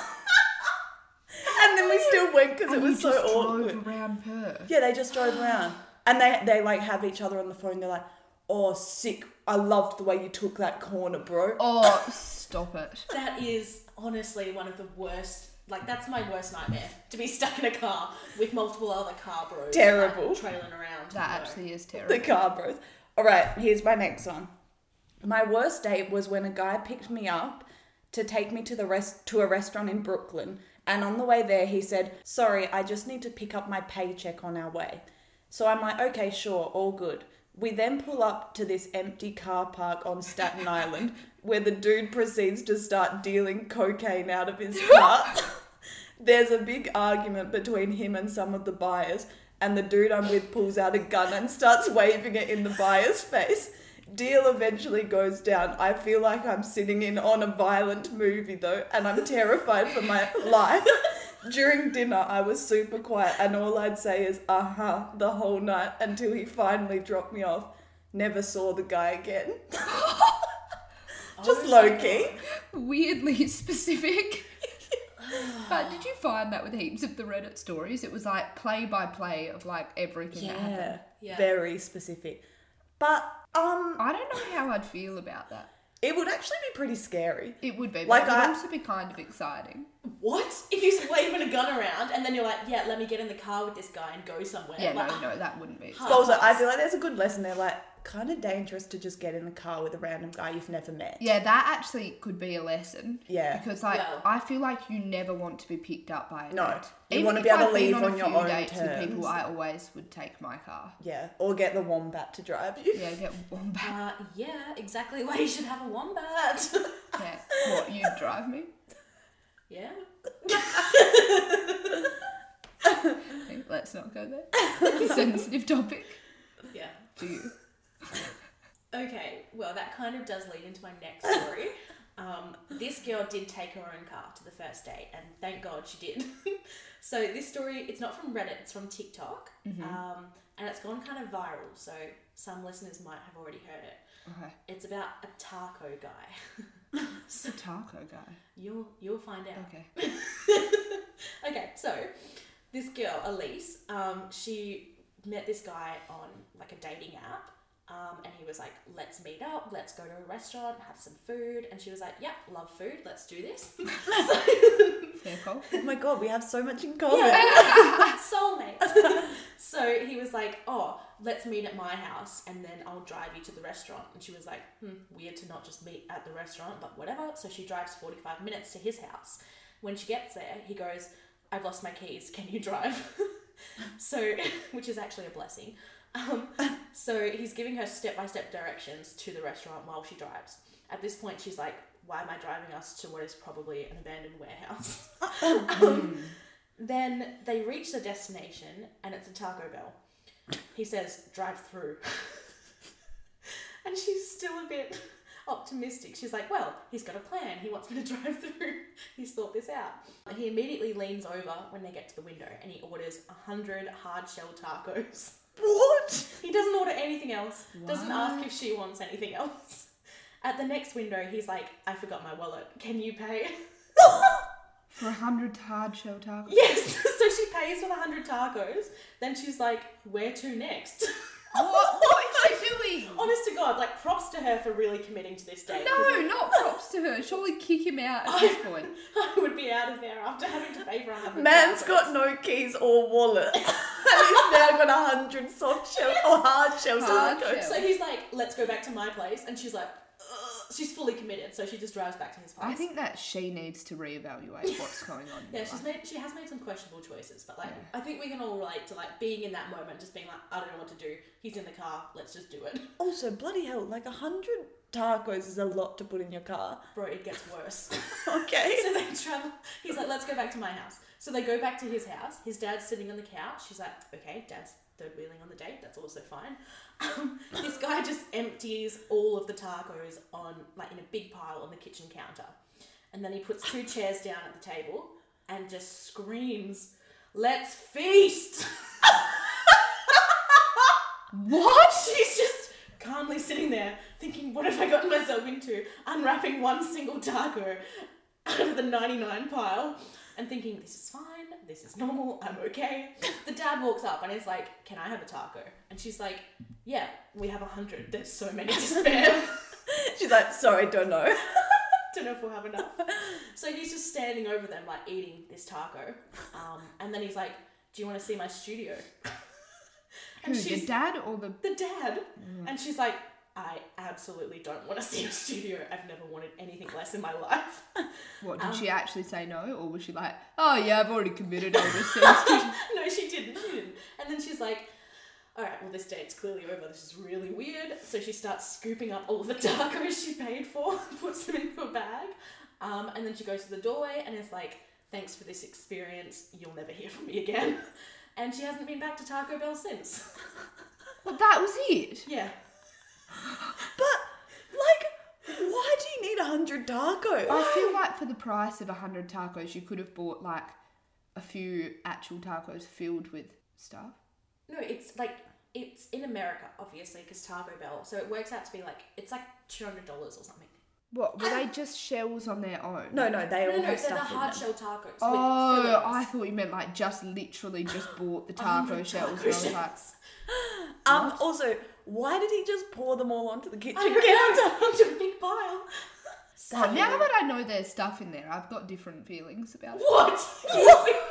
Speaker 2: and then we still went because it
Speaker 4: And
Speaker 2: was
Speaker 4: you
Speaker 2: so
Speaker 4: just
Speaker 2: awkward.
Speaker 4: drove around Perth.
Speaker 2: Yeah, they just drove around, and they they like have each other on the phone. They're like, oh, sick. I loved the way you took that corner, bro.
Speaker 4: Oh, stop it.
Speaker 3: That is honestly one of the worst. Like that's my worst nightmare to be stuck in a car with multiple other car bros. like,
Speaker 2: Terrible.
Speaker 3: trailing around.
Speaker 4: That
Speaker 3: No.
Speaker 4: actually is
Speaker 2: The
Speaker 4: terrible.
Speaker 2: car, bros. All right, here's my next one. My worst date was when a guy picked me up to take me to the rest to a restaurant in Brooklyn, and on the way there he said, "Sorry, I just need to pick up my paycheck on our way." So I'm like, "Okay, sure, all good." We then pull up to this empty car park on Staten Island where the dude proceeds to start dealing cocaine out of his car. There's a big argument between him and some of the buyers, and the dude I'm with pulls out a gun and starts waving it in the buyer's face. Deal eventually goes down. I feel like I'm sitting in on a violent movie though, and I'm terrified for my life. During dinner, I was super quiet, and all I'd say is uh huh the whole night until he finally dropped me off. Never saw the guy again. Just
Speaker 3: Oh,
Speaker 2: low key.
Speaker 4: Weirdly specific. but did you find that with heaps of the Reddit stories? It was like play by play of like everything that happened.
Speaker 2: Yeah,
Speaker 3: Yeah.
Speaker 2: very specific. But um,
Speaker 4: I don't know how I'd feel about that.
Speaker 2: it would actually be pretty scary.
Speaker 4: It would be, but
Speaker 2: Like,
Speaker 4: it would
Speaker 2: I-
Speaker 4: also be kind of exciting.
Speaker 3: What if you're waving a gun around and then you're like, yeah, let me get in the car with this guy and go somewhere?
Speaker 4: Yeah,
Speaker 3: like,
Speaker 4: no, no, that wouldn't be.
Speaker 3: Huh.
Speaker 2: But also, I feel like there's a good lesson there. Like, kind of dangerous to just get in the car with a random guy you've never met.
Speaker 4: Yeah, that actually could be a lesson.
Speaker 2: Yeah.
Speaker 4: Because like
Speaker 3: Well-
Speaker 4: I feel like you never want to be picked up by a
Speaker 2: No.
Speaker 4: date.
Speaker 2: You
Speaker 4: Even
Speaker 2: wanna
Speaker 4: if
Speaker 2: be able to
Speaker 4: I've been
Speaker 2: leave
Speaker 4: on,
Speaker 2: on
Speaker 4: a
Speaker 2: your
Speaker 4: few
Speaker 2: own
Speaker 4: dates with people,
Speaker 2: terms.
Speaker 4: I always would take my car.
Speaker 2: Yeah. Or get the wombat to drive you.
Speaker 4: Yeah, get one back.
Speaker 3: Uh, yeah, exactly why you should have a wombat.
Speaker 4: Yeah. What, you drive me?
Speaker 3: yeah.
Speaker 4: Okay, Let's not go there. Sensitive topic.
Speaker 3: Yeah.
Speaker 4: Do you?
Speaker 3: Okay, well, that kind of does lead into my next story. Um, this girl did take her own car to the first date, and thank God she did. so this story, it's not from Reddit, it's from TikTok, um, and it's gone kind of viral. So some listeners might have already heard it.
Speaker 4: Okay.
Speaker 3: It's about a taco guy.
Speaker 4: It's a taco guy.
Speaker 3: You'll you'll find out.
Speaker 4: Okay.
Speaker 3: okay, so this girl, Elise, um, she met this guy on like a dating app. Um, and he was like, let's meet up, let's go to a restaurant, have some food. And she was like, yep, love food, let's do this.
Speaker 4: Fair call.
Speaker 2: Oh my god, we have so much in common.
Speaker 3: Soulmates. so he was like, oh, let's meet at my house and then I'll drive you to the restaurant. And she was like, hmm, weird to not just meet at the restaurant, but whatever. So she drives 45 minutes to his house. When she gets there, he goes, I've lost my keys, can you drive? so, which is actually a blessing. Um, so he's giving her step by step directions to the restaurant while she drives. At this point, she's like, why am I driving us to what is probably an abandoned warehouse? Um, then they reach the destination and it's a Taco Bell. He says, drive through. and she's still a bit optimistic. She's like, well, he's got a plan. He wants me to drive through. he's thought this out. He immediately leans over when they get to the window and he orders 100 hard shell tacos.
Speaker 2: What?
Speaker 3: He doesn't order anything else. Doesn't ask if she wants anything else. At the next window, he's like, I forgot my wallet. Can you pay?
Speaker 4: For a hundred hard shell tacos.
Speaker 3: yes! so she pays for the 100 tacos. Then she's like, Where to next?
Speaker 4: What, what is she doing?
Speaker 3: Honest to God, like, props to her for really committing to this date.
Speaker 4: No, not props to her. Surely kick him out at this point.
Speaker 3: I would be out of there after having to pay for 100
Speaker 2: Man's
Speaker 3: tacos.
Speaker 2: got no keys or wallet. and he's now got a hundred soft shell or hard shell
Speaker 4: Hard
Speaker 2: tacos.
Speaker 4: shell.
Speaker 3: So he's like, Let's go back to my place. And she's like, "Ugh." She's fully committed, so she just drives back to his place.
Speaker 4: I think that she needs to reevaluate what's going on. in
Speaker 3: Yeah,
Speaker 4: her
Speaker 3: she's
Speaker 4: life.
Speaker 3: made she has made some questionable choices, but like I think we can all relate to like being in that moment, just being like, I don't know what to do. He's in the car. Let's just do it,
Speaker 2: Also, bloody hell, like a hundred tacos is a lot to put in your car.
Speaker 3: bro. It gets worse.
Speaker 2: Okay.
Speaker 3: so they travel. He's like, let's go back to my house. So they go back to his house. His dad's sitting on the couch. She's like, okay, dad's third wheeling on the date. That's also fine. Um, this guy just empties all of the tacos on like in a big pile on the kitchen counter, and then he puts two chairs down at the table and just screams, "Let's feast!"
Speaker 4: What?
Speaker 3: She's just calmly sitting there thinking, what have I gotten myself into? Unwrapping one single taco out of the 99 pile. and thinking, this is fine, this is normal, I'm okay. The dad walks up and is like, can I have a taco? And she's like, yeah, we have a hundred. There's so many to spare.
Speaker 2: She's like, sorry, don't know.
Speaker 3: Don't know if we'll have enough. So he's just standing over them, like eating this taco. Um, and then he's like, do you want to see my studio?
Speaker 4: Who, the dad or the
Speaker 3: the dad. And she's like, I absolutely don't want to see a studio. I've never wanted anything less in my life.
Speaker 4: what? Did
Speaker 3: Um,
Speaker 4: she actually say no, or was she like, "Oh yeah, I've already committed all this." stuff."
Speaker 3: no, she didn't. She didn't. And then she's like, all right, well, this date's clearly over. This is really weird. So she starts scooping up all the tacos she paid for, puts them into a bag. Um, and then she goes to the doorway and is like, thanks for this experience. You'll never hear from me again. And she hasn't been back to Taco Bell since.
Speaker 4: well, that was it.
Speaker 3: yeah.
Speaker 2: But like, why do you need a hundred tacos?
Speaker 4: I feel like for the price of hundred tacos, you could have bought like a few actual tacos filled with stuff.
Speaker 3: No, it's like it's in America, obviously, because Taco Bell. So it works out to be like it's like two hundred dollars or something.
Speaker 4: What were they just shells on their own?
Speaker 2: no, no, they
Speaker 3: No,
Speaker 2: all
Speaker 3: no, no, they're
Speaker 2: have
Speaker 3: the
Speaker 2: stuff in
Speaker 3: hard
Speaker 2: them.
Speaker 3: shell tacos. with
Speaker 4: Oh, I
Speaker 3: fillings.
Speaker 4: thought you meant like just literally just bought the
Speaker 3: Um,
Speaker 4: taco shells.
Speaker 3: taco
Speaker 4: and I was
Speaker 3: shells.
Speaker 4: like,
Speaker 2: Um, also, why did he just pour them all onto the kitchen
Speaker 3: I
Speaker 2: counter?
Speaker 3: don't know, into a big pile.
Speaker 4: "Oh, now that I know there's stuff in there, I've got different feelings about it.
Speaker 3: What?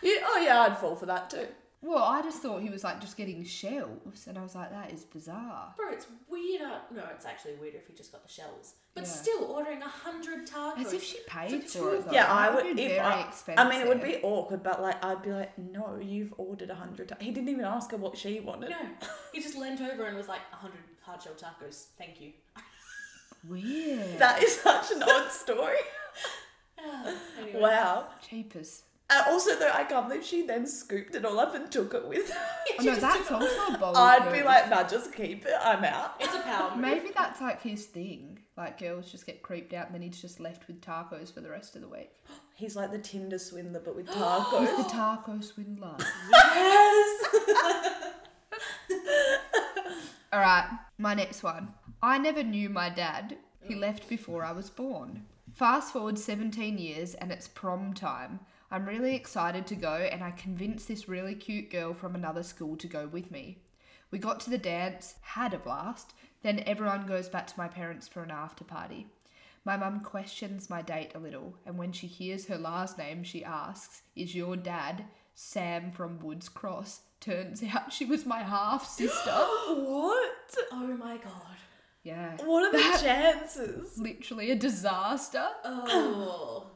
Speaker 2: You- oh yeah, I'd fall for that too.
Speaker 4: Well, I just thought he was like just getting shells, and I was like, that is bizarre.
Speaker 3: Bro, it's weirder. No, it's actually weirder if you just got the shells. But
Speaker 4: Yeah.
Speaker 3: still, ordering a hundred tacos.
Speaker 4: As if she paid
Speaker 3: For
Speaker 4: for,
Speaker 3: two-
Speaker 4: it. Though.
Speaker 2: yeah,
Speaker 4: That
Speaker 2: I would.
Speaker 4: be
Speaker 2: if
Speaker 4: very
Speaker 2: I,
Speaker 4: expensive.
Speaker 2: I mean, it would be awkward, but like, I'd be like, no, you've ordered a hundred. He didn't even ask her what she wanted.
Speaker 3: No, he just leant over and was like, a hundred hard shell tacos. Thank you.
Speaker 4: weird.
Speaker 2: That is such an odd story.
Speaker 3: anyway.
Speaker 2: Wow.
Speaker 4: Cheapers.
Speaker 2: And also, though, I can't believe she then scooped it all up and took it with her.
Speaker 4: Oh, no, that's also bold.
Speaker 2: I'd be
Speaker 4: move.
Speaker 2: like, nah, just keep it. I'm out.
Speaker 3: It's a power move.
Speaker 4: Maybe that's like his thing. Like girls just get creeped out, and then he's just left with tacos for the rest of the week.
Speaker 2: He's like the Tinder swindler, but with
Speaker 4: He's
Speaker 2: tacos.
Speaker 4: the taco swindler.
Speaker 2: yes.
Speaker 4: All right, my next one. I never knew my dad. He
Speaker 2: Mm.
Speaker 4: left before I was born. Fast forward 17 years and it's prom time. I'm really excited to go and I convinced this really cute girl from another school to go with me. We got to the dance, had a blast, then everyone goes back to my parents for an after party. My mum questions my date a little, and when she hears her last name, she asks, Is your dad Sam from Woods Cross? Turns out she was my half sister.
Speaker 2: what?
Speaker 3: Oh my god.
Speaker 4: Yeah.
Speaker 2: What are the chances?
Speaker 4: Literally a disaster.
Speaker 3: Oh.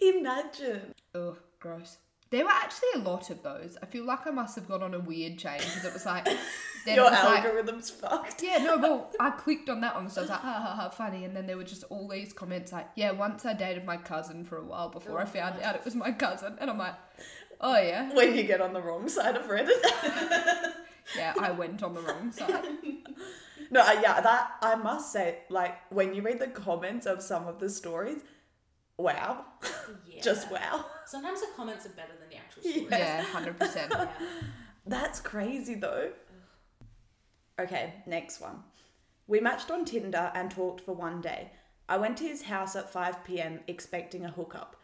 Speaker 2: Imagine.
Speaker 4: Ugh, gross. There were actually a lot of those. I feel like I must have gone on a weird chain because it was like, then
Speaker 2: Your
Speaker 4: it was like,
Speaker 2: algorithm's fucked.
Speaker 4: yeah, no, well, I clicked on that one, so I was like, ha ha ha, funny. And then there were just all these comments like, yeah, once I dated my cousin for a while before I found out it was my cousin. And I'm like, oh yeah,
Speaker 2: When you get on the wrong side of Reddit.
Speaker 4: yeah, I went on the wrong side.
Speaker 2: No, I- yeah, that I must say, like when you read the comments of some of the stories, wow,
Speaker 3: Yeah.
Speaker 2: just wow.
Speaker 3: Sometimes the comments are better than the actual
Speaker 2: Yeah.
Speaker 3: story.
Speaker 4: Yeah, 100%.
Speaker 3: Yeah.
Speaker 2: That's crazy though. Okay, next one. We matched on Tinder and talked for one day. I went to his house at 5 pm expecting a hookup.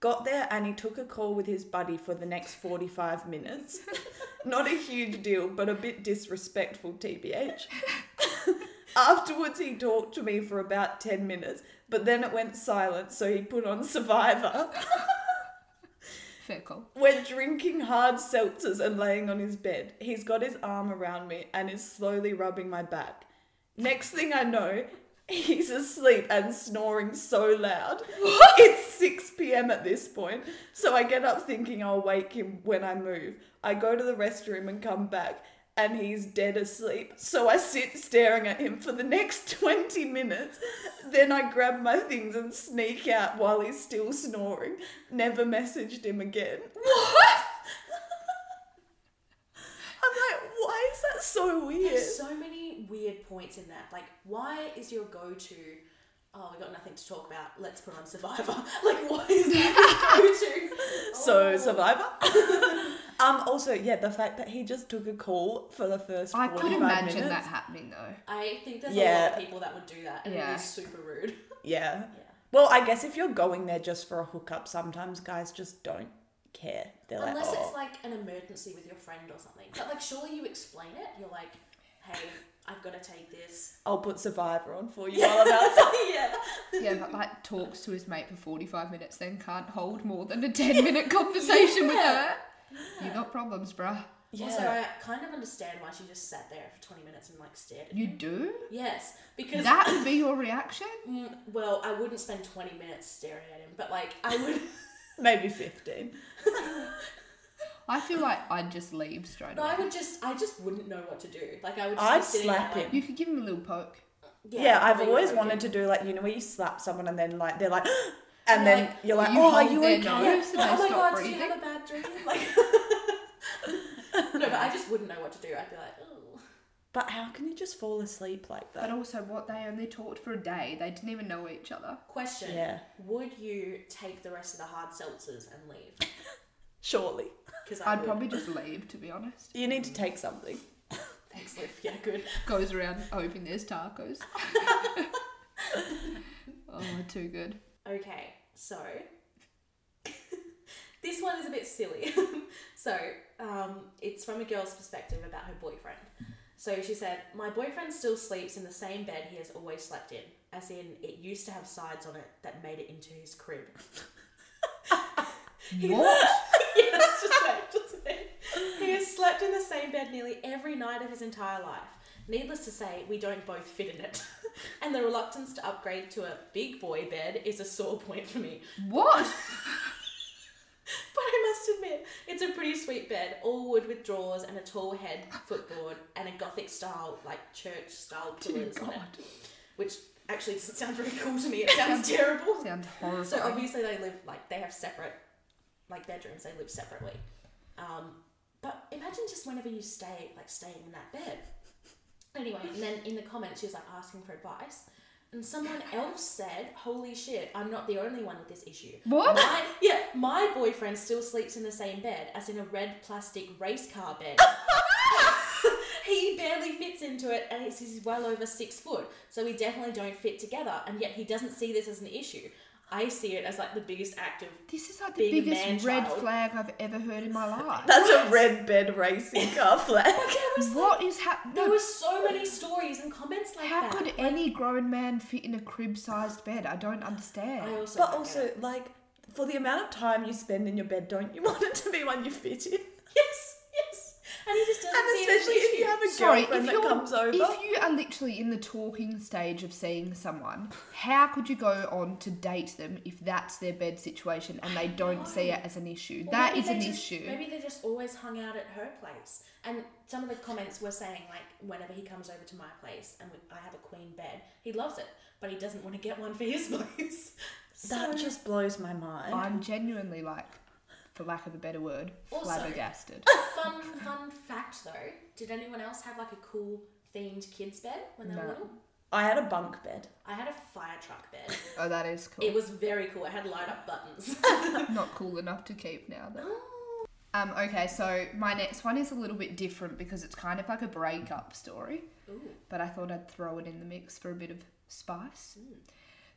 Speaker 2: Got there and he took a call with his buddy for the next 45 minutes. Not a huge deal, but a bit disrespectful, TBH. Afterwards, he talked to me for about 10 minutes, but then it went silent, so he put on Survivor.
Speaker 4: Fair call.
Speaker 2: We're drinking hard seltzers and laying on his bed. He's got his arm around me and is slowly rubbing my back. Next thing I know, he's asleep and snoring so loud. It's 6 pm at this point, so I get up thinking I'll wake him when I move. I go to the restroom and come back, and he's dead asleep. So I sit staring at him for the next 20 minutes. Then I grab my things and sneak out while he's still snoring. Never messaged him again. I'm like, why is that so weird?
Speaker 3: There's so many weird points in that. Like, why is your go to, oh, we got nothing to talk about, let's put on Survivor? Like, what is that go to?
Speaker 2: So Survivor. um. Also, yeah, the fact that he just took a call for the first
Speaker 4: I
Speaker 2: forty-five
Speaker 4: could imagine
Speaker 2: minutes.
Speaker 4: that happening though.
Speaker 3: I think there's a lot
Speaker 2: Yeah.
Speaker 3: of people that would do that and it
Speaker 4: Yeah.
Speaker 3: would be super rude.
Speaker 2: Yeah.
Speaker 3: Yeah.
Speaker 2: Well, I guess if you're going there just for a hookup, sometimes guys just don't care. They're like,
Speaker 3: Unless
Speaker 2: "Oh."
Speaker 3: it's like an emergency with your friend or something. But like, surely you explain it. You're like, hey, I've got to take this.
Speaker 2: I'll put Survivor on for you while I'm outside.
Speaker 3: yeah.
Speaker 4: Yeah, but like talks to his mate for 45 minutes, then can't hold more than a 10 minute conversation with her. You got problems, bruh.
Speaker 3: Also, I kind of understand why she just sat there for 20 minutes and like stared at
Speaker 4: You do?
Speaker 3: Yes, because
Speaker 4: That would be your reaction?
Speaker 3: Mm, well, I wouldn't spend 20 minutes staring at him, but like I would
Speaker 2: maybe 15.
Speaker 4: I feel like I'd just leave straight
Speaker 3: no, I
Speaker 4: away.
Speaker 3: would just I just wouldn't know what to do. Like I would just
Speaker 2: I'd
Speaker 3: be sitting
Speaker 2: slap
Speaker 3: there,
Speaker 2: him.
Speaker 3: Like,
Speaker 4: You could give him a little poke.
Speaker 2: Yeah, I've always wanted to do like, you know, where you slap someone and then like, they're like, and then you're like,
Speaker 4: you
Speaker 2: oh, are
Speaker 4: hold
Speaker 2: you
Speaker 4: their
Speaker 2: okay?
Speaker 4: nose.
Speaker 3: Yeah.
Speaker 4: Most of us
Speaker 3: oh my
Speaker 4: stop
Speaker 3: god, did
Speaker 4: breathing.
Speaker 3: you have a bad dream? Like No, but I just wouldn't know what to do. I'd be like, oh
Speaker 2: But how can you just fall asleep like
Speaker 4: But
Speaker 2: that?
Speaker 4: also, what they only talked for a day, they didn't even know each other.
Speaker 3: question.
Speaker 2: Yeah.
Speaker 3: Would you take the rest of the hard seltzers and leave?
Speaker 2: Surely.
Speaker 3: Because I
Speaker 4: I'd
Speaker 3: would.
Speaker 4: probably just leave, to be honest.
Speaker 2: You need to take something.
Speaker 3: Thanks, Liv. Yeah, good.
Speaker 4: Goes around hoping there's tacos. oh, too good.
Speaker 3: Okay, so this one is a bit silly. so um, it's from a girl's perspective about her boyfriend. So she said, My boyfriend still sleeps in the same bed he has always slept in, as in it used to have sides on it that made it into his crib.
Speaker 4: What?
Speaker 3: yeah, that's just right, just right. He has slept in the same bed nearly every night of his entire life. Needless to say, we don't both fit in it. and the reluctance to upgrade to a big boy bed is a sore point for me.
Speaker 4: What?
Speaker 3: But I must admit, it's a pretty sweet bed, all wood with drawers and a tall head footboard and a gothic style, like church style pillars on it. Which actually doesn't sound very cool to me. It sounds terrible.
Speaker 4: Sounds
Speaker 3: So
Speaker 4: horrible.
Speaker 3: obviously they live like they have separate like bedrooms, they live separately. Um, but imagine just whenever you stay like staying in that bed. Anyway, and then in the comments she was like asking for advice. And someone else said, Holy shit, I'm not the only one with this issue.
Speaker 4: What?
Speaker 3: My, yeah, my boyfriend still sleeps in the same bed as in a red plastic race car bed. he barely fits into it and he's, he's well over six foot, so we definitely don't fit together, and yet he doesn't see this as an issue. I see it as like the biggest act of.
Speaker 4: This is like the
Speaker 3: Being a
Speaker 4: biggest red
Speaker 3: man-child.
Speaker 4: flag I've ever heard in my life.
Speaker 2: That's a red bed racing car flag.
Speaker 4: What is happening?
Speaker 3: There were so many stories and comments like
Speaker 4: How
Speaker 3: that.
Speaker 4: could any grown man fit in a crib sized bed? I don't
Speaker 3: I
Speaker 4: understand.
Speaker 3: also
Speaker 2: But
Speaker 3: don't get
Speaker 2: also,
Speaker 3: it.
Speaker 2: like, for the amount of time you spend in your bed, don't you want it to be one you fit in?
Speaker 3: yes, yes, and he just doesn't
Speaker 2: And
Speaker 3: see it as an
Speaker 2: especially if
Speaker 3: issue.
Speaker 2: you have a
Speaker 4: Sorry,
Speaker 2: girlfriend
Speaker 4: if,
Speaker 2: that
Speaker 4: you're,
Speaker 2: comes over.
Speaker 4: if you are literally in the talking stage of seeing someone, how could you go on to date them if that's their bed situation and they don't see it as an issue?
Speaker 3: Or
Speaker 4: that
Speaker 3: maybe
Speaker 4: is
Speaker 3: they
Speaker 4: an
Speaker 3: just-
Speaker 4: issue.
Speaker 3: Maybe they just always hung out at her place. And some of the comments were saying, like, whenever he comes over to my place and we, I have a queen bed, he loves it, but he doesn't want to get one for his place. so,
Speaker 2: that just blows my mind.
Speaker 4: I'm genuinely like, for lack of a better word,
Speaker 3: Also-
Speaker 4: flabbergasted.
Speaker 3: fun, fun fact though, did anyone else have like a cool themed kids bed when they were
Speaker 4: No.
Speaker 3: little?
Speaker 2: I had a bunk bed.
Speaker 3: I had a fire truck bed.
Speaker 4: oh, that is cool.
Speaker 3: It was very cool. It had light up buttons.
Speaker 4: Not cool enough to keep now though. Um, okay, so my next one is a little bit different because it's kind of like a breakup story,
Speaker 3: Ooh.
Speaker 4: but I thought I'd throw it in the mix for a bit of spice.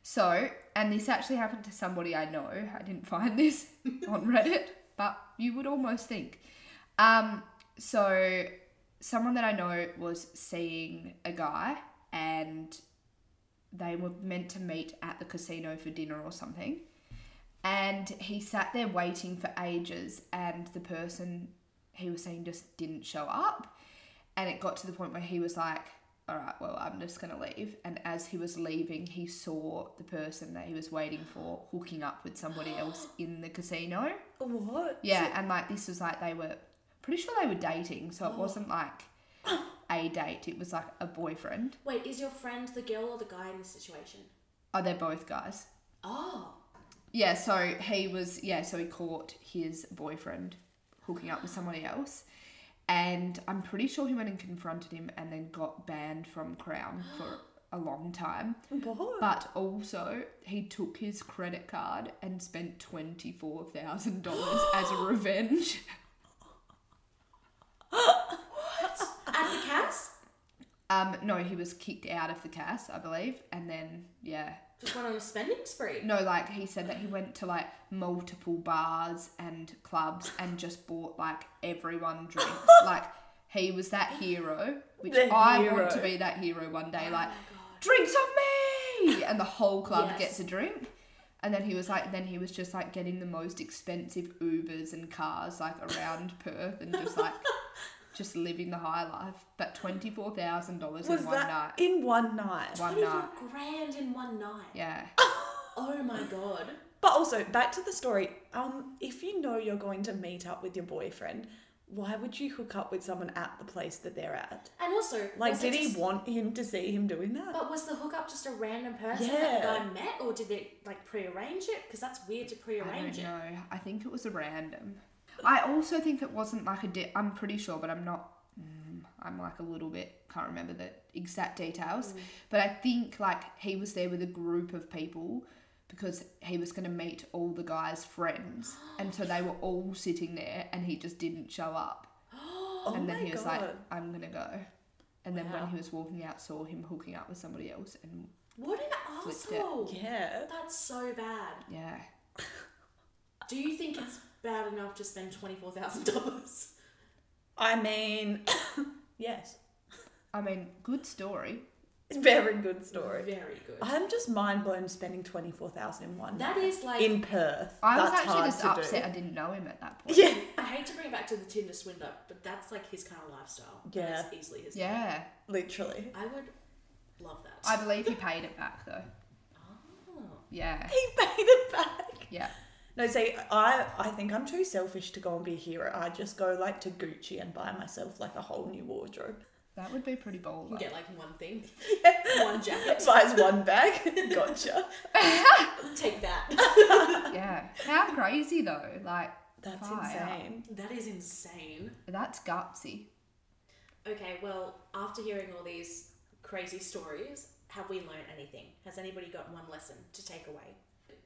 Speaker 4: So, and this actually happened to somebody I know. I didn't find this on Reddit, but you would almost think. Um, so, someone that I know was seeing a guy and they were meant to meet at the casino for dinner or something. And he sat there waiting for ages, and the person he was seeing just didn't show up. And it got to the point where he was like, All right, well, I'm just going to leave. And as he was leaving, he saw the person that he was waiting for hooking up with somebody else in the casino.
Speaker 2: What?
Speaker 4: Yeah, and like this was like they were pretty sure they were dating, so it wasn't like a date, it was like a boyfriend.
Speaker 3: Wait, is your friend the girl or the guy in this situation?
Speaker 4: Oh, they're both guys.
Speaker 3: Oh.
Speaker 4: Yeah, so he was yeah, so he caught his boyfriend hooking up with somebody else. And I'm pretty sure he went and confronted him and then got banned from Crown for a long time.
Speaker 2: What?
Speaker 4: But also, he took his credit card and spent $24,000 as a revenge.
Speaker 3: At the cast?
Speaker 4: Um, no, he was kicked out of the cast, I believe, and then yeah,
Speaker 3: Just went on a spending spree.
Speaker 4: No, like he said that he went to like multiple bars and clubs and just bought like everyone drinks. like he was that hero, which
Speaker 2: The
Speaker 4: I
Speaker 2: hero. Oh
Speaker 4: want to be that hero one day. Like drinks on me, and the whole club
Speaker 3: Yes.
Speaker 4: gets a drink. And then he was like, then he was just like getting the most expensive Ubers and cars like around Perth and just like. Just living the high life, but twenty four thousand dollars in
Speaker 2: Was
Speaker 4: one
Speaker 2: that
Speaker 4: night.
Speaker 2: in one night?
Speaker 4: One
Speaker 3: 24
Speaker 4: night,
Speaker 3: grand in one night.
Speaker 4: yeah.
Speaker 3: Oh my god.
Speaker 2: But also back to the story. Um, if you know you're going to meet up with your boyfriend, why would you hook up with someone at the place that they're at?
Speaker 3: And also,
Speaker 2: Like,
Speaker 3: was it
Speaker 2: did he
Speaker 3: just-
Speaker 2: want him to see him doing that?
Speaker 3: But was the hookup just a random person that the
Speaker 2: Yeah.
Speaker 3: guy met, or did they like prearrange it? Because that's weird to
Speaker 4: I
Speaker 3: prearrange
Speaker 4: don't
Speaker 3: it.
Speaker 4: know. I think it was a random. I also think it wasn't like a. Di- I'm pretty sure, but I'm not. Mm, I'm like a little bit. Can't remember the exact details,
Speaker 2: Mm.
Speaker 4: but I think like he was there with a group of people because he was going to meet all the guys' friends, and so they were all sitting there, and he just didn't show up.
Speaker 2: Oh
Speaker 4: and then
Speaker 2: my
Speaker 4: he was like,
Speaker 2: god!
Speaker 4: "I'm gonna go," and then
Speaker 3: Wow.
Speaker 4: when he was walking out, saw him hooking up with somebody else, and
Speaker 3: What an
Speaker 4: Flipped it.
Speaker 3: asshole!
Speaker 2: yeah.
Speaker 3: That's so bad.
Speaker 4: yeah,
Speaker 3: Do you think it's bad enough to spend twenty four thousand dollars?
Speaker 2: I mean, yes,
Speaker 4: I mean, good story.
Speaker 2: very good story.
Speaker 3: Very good.
Speaker 2: I'm just mind blown spending twenty four thousand in one
Speaker 3: that
Speaker 2: night
Speaker 3: is like
Speaker 2: in Perth.
Speaker 4: I was
Speaker 2: That's
Speaker 4: actually
Speaker 2: hard
Speaker 4: just
Speaker 2: to do.
Speaker 4: upset I didn't know him at that point.
Speaker 2: Yeah,
Speaker 3: I hate to bring it back to the Tinder swindler, but that's like his kind of lifestyle. And
Speaker 2: Yeah.
Speaker 3: it's easily his.
Speaker 4: Yeah.
Speaker 2: literally.
Speaker 3: I would love that.
Speaker 4: I believe he paid it back though.
Speaker 3: oh.
Speaker 4: Yeah.
Speaker 2: He paid it back.
Speaker 4: Yeah.
Speaker 2: No, see, I I think I'm too selfish to go and be a hero. I just go like to Gucci and buy myself like a whole new wardrobe.
Speaker 4: That would be pretty bold.
Speaker 3: You
Speaker 4: though.
Speaker 3: get like one thing, one jacket.
Speaker 2: Buys one bag. gotcha.
Speaker 3: Take that.
Speaker 4: Yeah. How crazy though. Like
Speaker 2: That's
Speaker 4: Fire.
Speaker 2: insane.
Speaker 3: That is insane.
Speaker 4: that's gutsy.
Speaker 3: Okay, well, after hearing all these crazy stories, have we learned anything? Has anybody got one lesson to take away?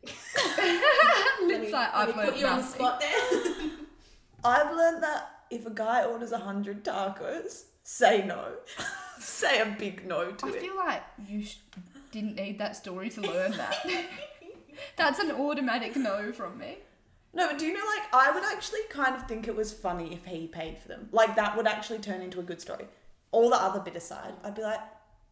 Speaker 3: Let
Speaker 4: It's like,
Speaker 3: let
Speaker 4: I've
Speaker 3: me put
Speaker 4: learned
Speaker 3: you on the
Speaker 4: nothing.
Speaker 3: spot there.
Speaker 2: I've learned that if a guy orders a hundred tacos, say no. say a big no to
Speaker 4: I
Speaker 2: it.
Speaker 4: feel like you sh- didn't need that story to learn that. that's an automatic no from me.
Speaker 2: No, but do you know, like, I would actually kind of think it was funny if he paid for them. Like, that would actually turn into a good story. All the other bit aside, I'd be like,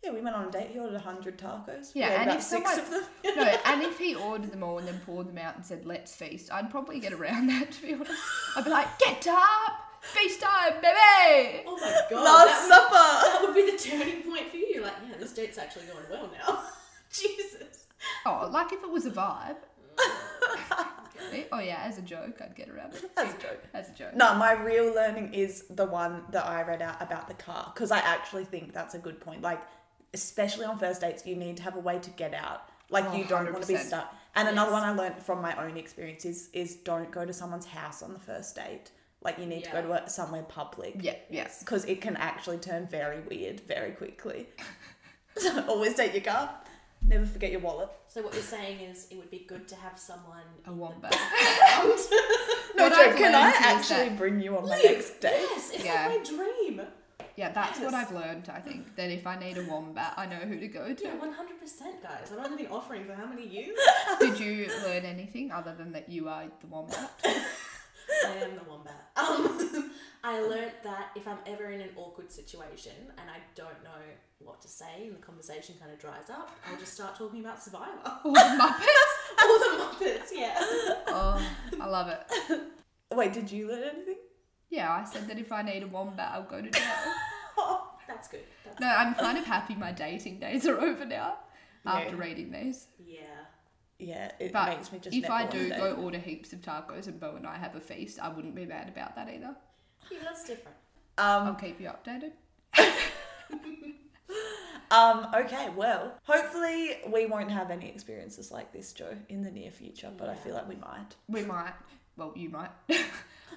Speaker 2: yeah, we went on a date. He ordered 100 tacos. We
Speaker 4: Yeah,
Speaker 2: had
Speaker 4: and
Speaker 2: about
Speaker 4: if
Speaker 2: six
Speaker 4: someone-
Speaker 2: of them.
Speaker 4: No, and if he ordered them all and then poured them out and said, let's feast, I'd probably get around that to be honest. I'd be like, get up! Feast time, baby!
Speaker 3: oh my god.
Speaker 2: Last
Speaker 3: that,
Speaker 2: supper.
Speaker 3: would, that would be the turning point for you. You're like, yeah, this date's actually going well now. Jesus.
Speaker 4: Oh, like if it was a vibe. oh yeah, as a joke, I'd get around it.
Speaker 2: That's a joke.
Speaker 4: As a joke.
Speaker 2: No, my real learning is the one that I read out about the car because I actually think that's a good point. Like, especially on first dates, you need to have a way to get out. Like,
Speaker 4: Oh,
Speaker 2: you don't want to be
Speaker 4: 100%.
Speaker 2: stuck. And another
Speaker 3: Yes.
Speaker 2: one I learned from my own experience is, is don't go to someone's house on the first date. Like, you need to go
Speaker 3: Yeah.
Speaker 2: to a, somewhere public.
Speaker 4: Yeah, yes.
Speaker 2: because it can actually turn very weird very quickly. so always take your card. Never forget your wallet.
Speaker 3: So what you're saying is it would be good to have someone
Speaker 4: A
Speaker 3: in the
Speaker 4: wombat.
Speaker 3: background.
Speaker 2: No
Speaker 4: What
Speaker 2: joke.
Speaker 4: I've
Speaker 2: Can I
Speaker 4: learned is
Speaker 2: actually bring you on my next date?
Speaker 3: yes, it's
Speaker 4: Yeah.
Speaker 3: like my dream.
Speaker 4: Yeah, that's what
Speaker 3: Yes.
Speaker 4: I've learned, I think. That if I need a wombat, I know who to go
Speaker 3: Yeah,
Speaker 4: to.
Speaker 3: 100% guys. I've only been offering for how many years?
Speaker 4: Did you learn anything other than that you are the wombat?
Speaker 3: I am the wombat. Um, I learnt that if I'm ever in an awkward situation and I don't know what to say and the conversation kind of dries up, I'll just start talking about Survivor.
Speaker 4: Or the Muppet?
Speaker 3: All the Muppets, yeah.
Speaker 4: Oh, I love it.
Speaker 2: Wait, did you learn anything?
Speaker 4: Yeah, I said that if I need a wombat, I'll go to jail.
Speaker 3: That's good. That's,
Speaker 4: No, I'm kind of happy my dating days are over now after
Speaker 2: Yeah.
Speaker 4: reading these.
Speaker 3: yeah.
Speaker 2: Yeah, it
Speaker 4: But
Speaker 2: makes me just.
Speaker 4: if
Speaker 2: never
Speaker 4: I
Speaker 2: want
Speaker 4: do
Speaker 2: to
Speaker 4: go
Speaker 2: date.
Speaker 4: order heaps of tacos and Bo and I have a feast, I wouldn't be mad about that either.
Speaker 3: Yeah, that's different.
Speaker 4: I'll
Speaker 2: Um.
Speaker 4: keep you updated.
Speaker 2: Um. Okay. Well, hopefully we won't have any experiences like this, Joe, in the near future. But I feel like we might.
Speaker 4: We might. Well, you might.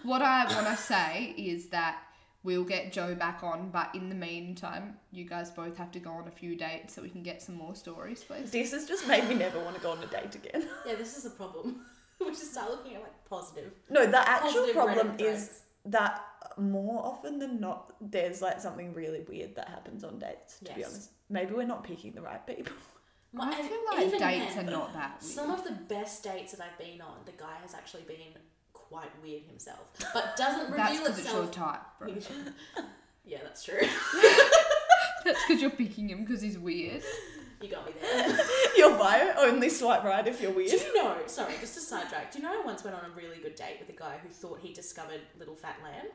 Speaker 4: what I want to say is that we'll get Joe back on, but in the meantime, you guys both have to go on a few dates so we can get some more stories, please.
Speaker 2: This has just made me never want to go on a date again.
Speaker 3: Yeah, this is a problem. we just start looking at like positive.
Speaker 2: No, the actual
Speaker 3: positive
Speaker 2: problem
Speaker 3: red
Speaker 2: is
Speaker 3: threads.
Speaker 2: that more often than not, there's like something really weird that happens on dates. To be
Speaker 3: Yes.
Speaker 2: honest, maybe we're not picking the right people.
Speaker 3: My-
Speaker 4: I
Speaker 3: and
Speaker 4: feel like
Speaker 3: even
Speaker 4: dates
Speaker 3: then,
Speaker 4: are not that. weird.
Speaker 3: Some of the best dates that I've been on, the guy has actually been quite weird himself, but doesn't reveal
Speaker 4: That's because it's your
Speaker 3: itself.
Speaker 4: type, bro.
Speaker 3: yeah, that's true.
Speaker 4: That's because you're picking him because he's weird.
Speaker 3: You got me there.
Speaker 2: Your bio only swipe right if you're
Speaker 3: Do
Speaker 2: weird.
Speaker 3: you know? Sorry, just a sidetrack. Do you know I once went on a really good date with a guy who thought he discovered Little Fat Lamb?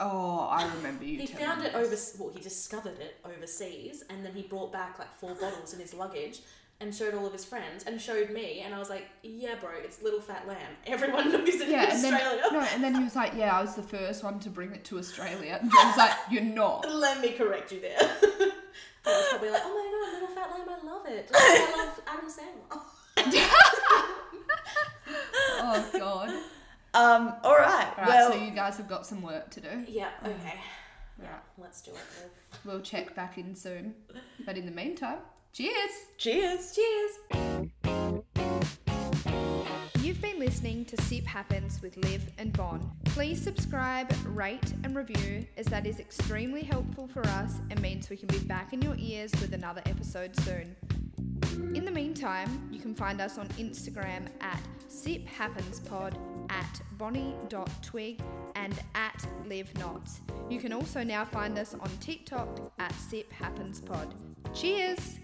Speaker 4: Oh, I remember you.
Speaker 3: He
Speaker 4: telling
Speaker 3: found
Speaker 4: me
Speaker 3: it
Speaker 4: this.
Speaker 3: over. Well, he discovered it overseas, and then he brought back like four bottles in his luggage. And showed all of his friends and showed me, and I was like, "Yeah, bro, it's little fat lamb. Everyone knows it
Speaker 4: Yeah,
Speaker 3: in
Speaker 4: and then
Speaker 3: Australia."
Speaker 4: no, and then he was like, "Yeah, I was the first one to bring it to Australia." And I was like, "You're not."
Speaker 3: Let me correct you there. I was probably like, oh my god, Little Fat Lamb, I love it. Like, I love Adam Sandler.
Speaker 4: Oh God!
Speaker 2: Um, all right.
Speaker 4: All right,
Speaker 2: well,
Speaker 4: so you guys have got some work to do.
Speaker 3: Yeah, okay.
Speaker 4: Yeah.
Speaker 3: Let's do it. Liv.
Speaker 4: We'll check back in soon. But in the meantime, cheers.
Speaker 2: cheers.
Speaker 3: Cheers.
Speaker 1: You've been listening to Sip Happens with Liv and Bon. Please subscribe, rate, and review, as that is extremely helpful for us and means we can be back in your ears with another episode soon. In the meantime, you can find us on Instagram at Sip Happens Pod, at Bonnie.twig, and at Liv Knots. You can also now find us on TikTok at Sip Happens Pod. Cheers!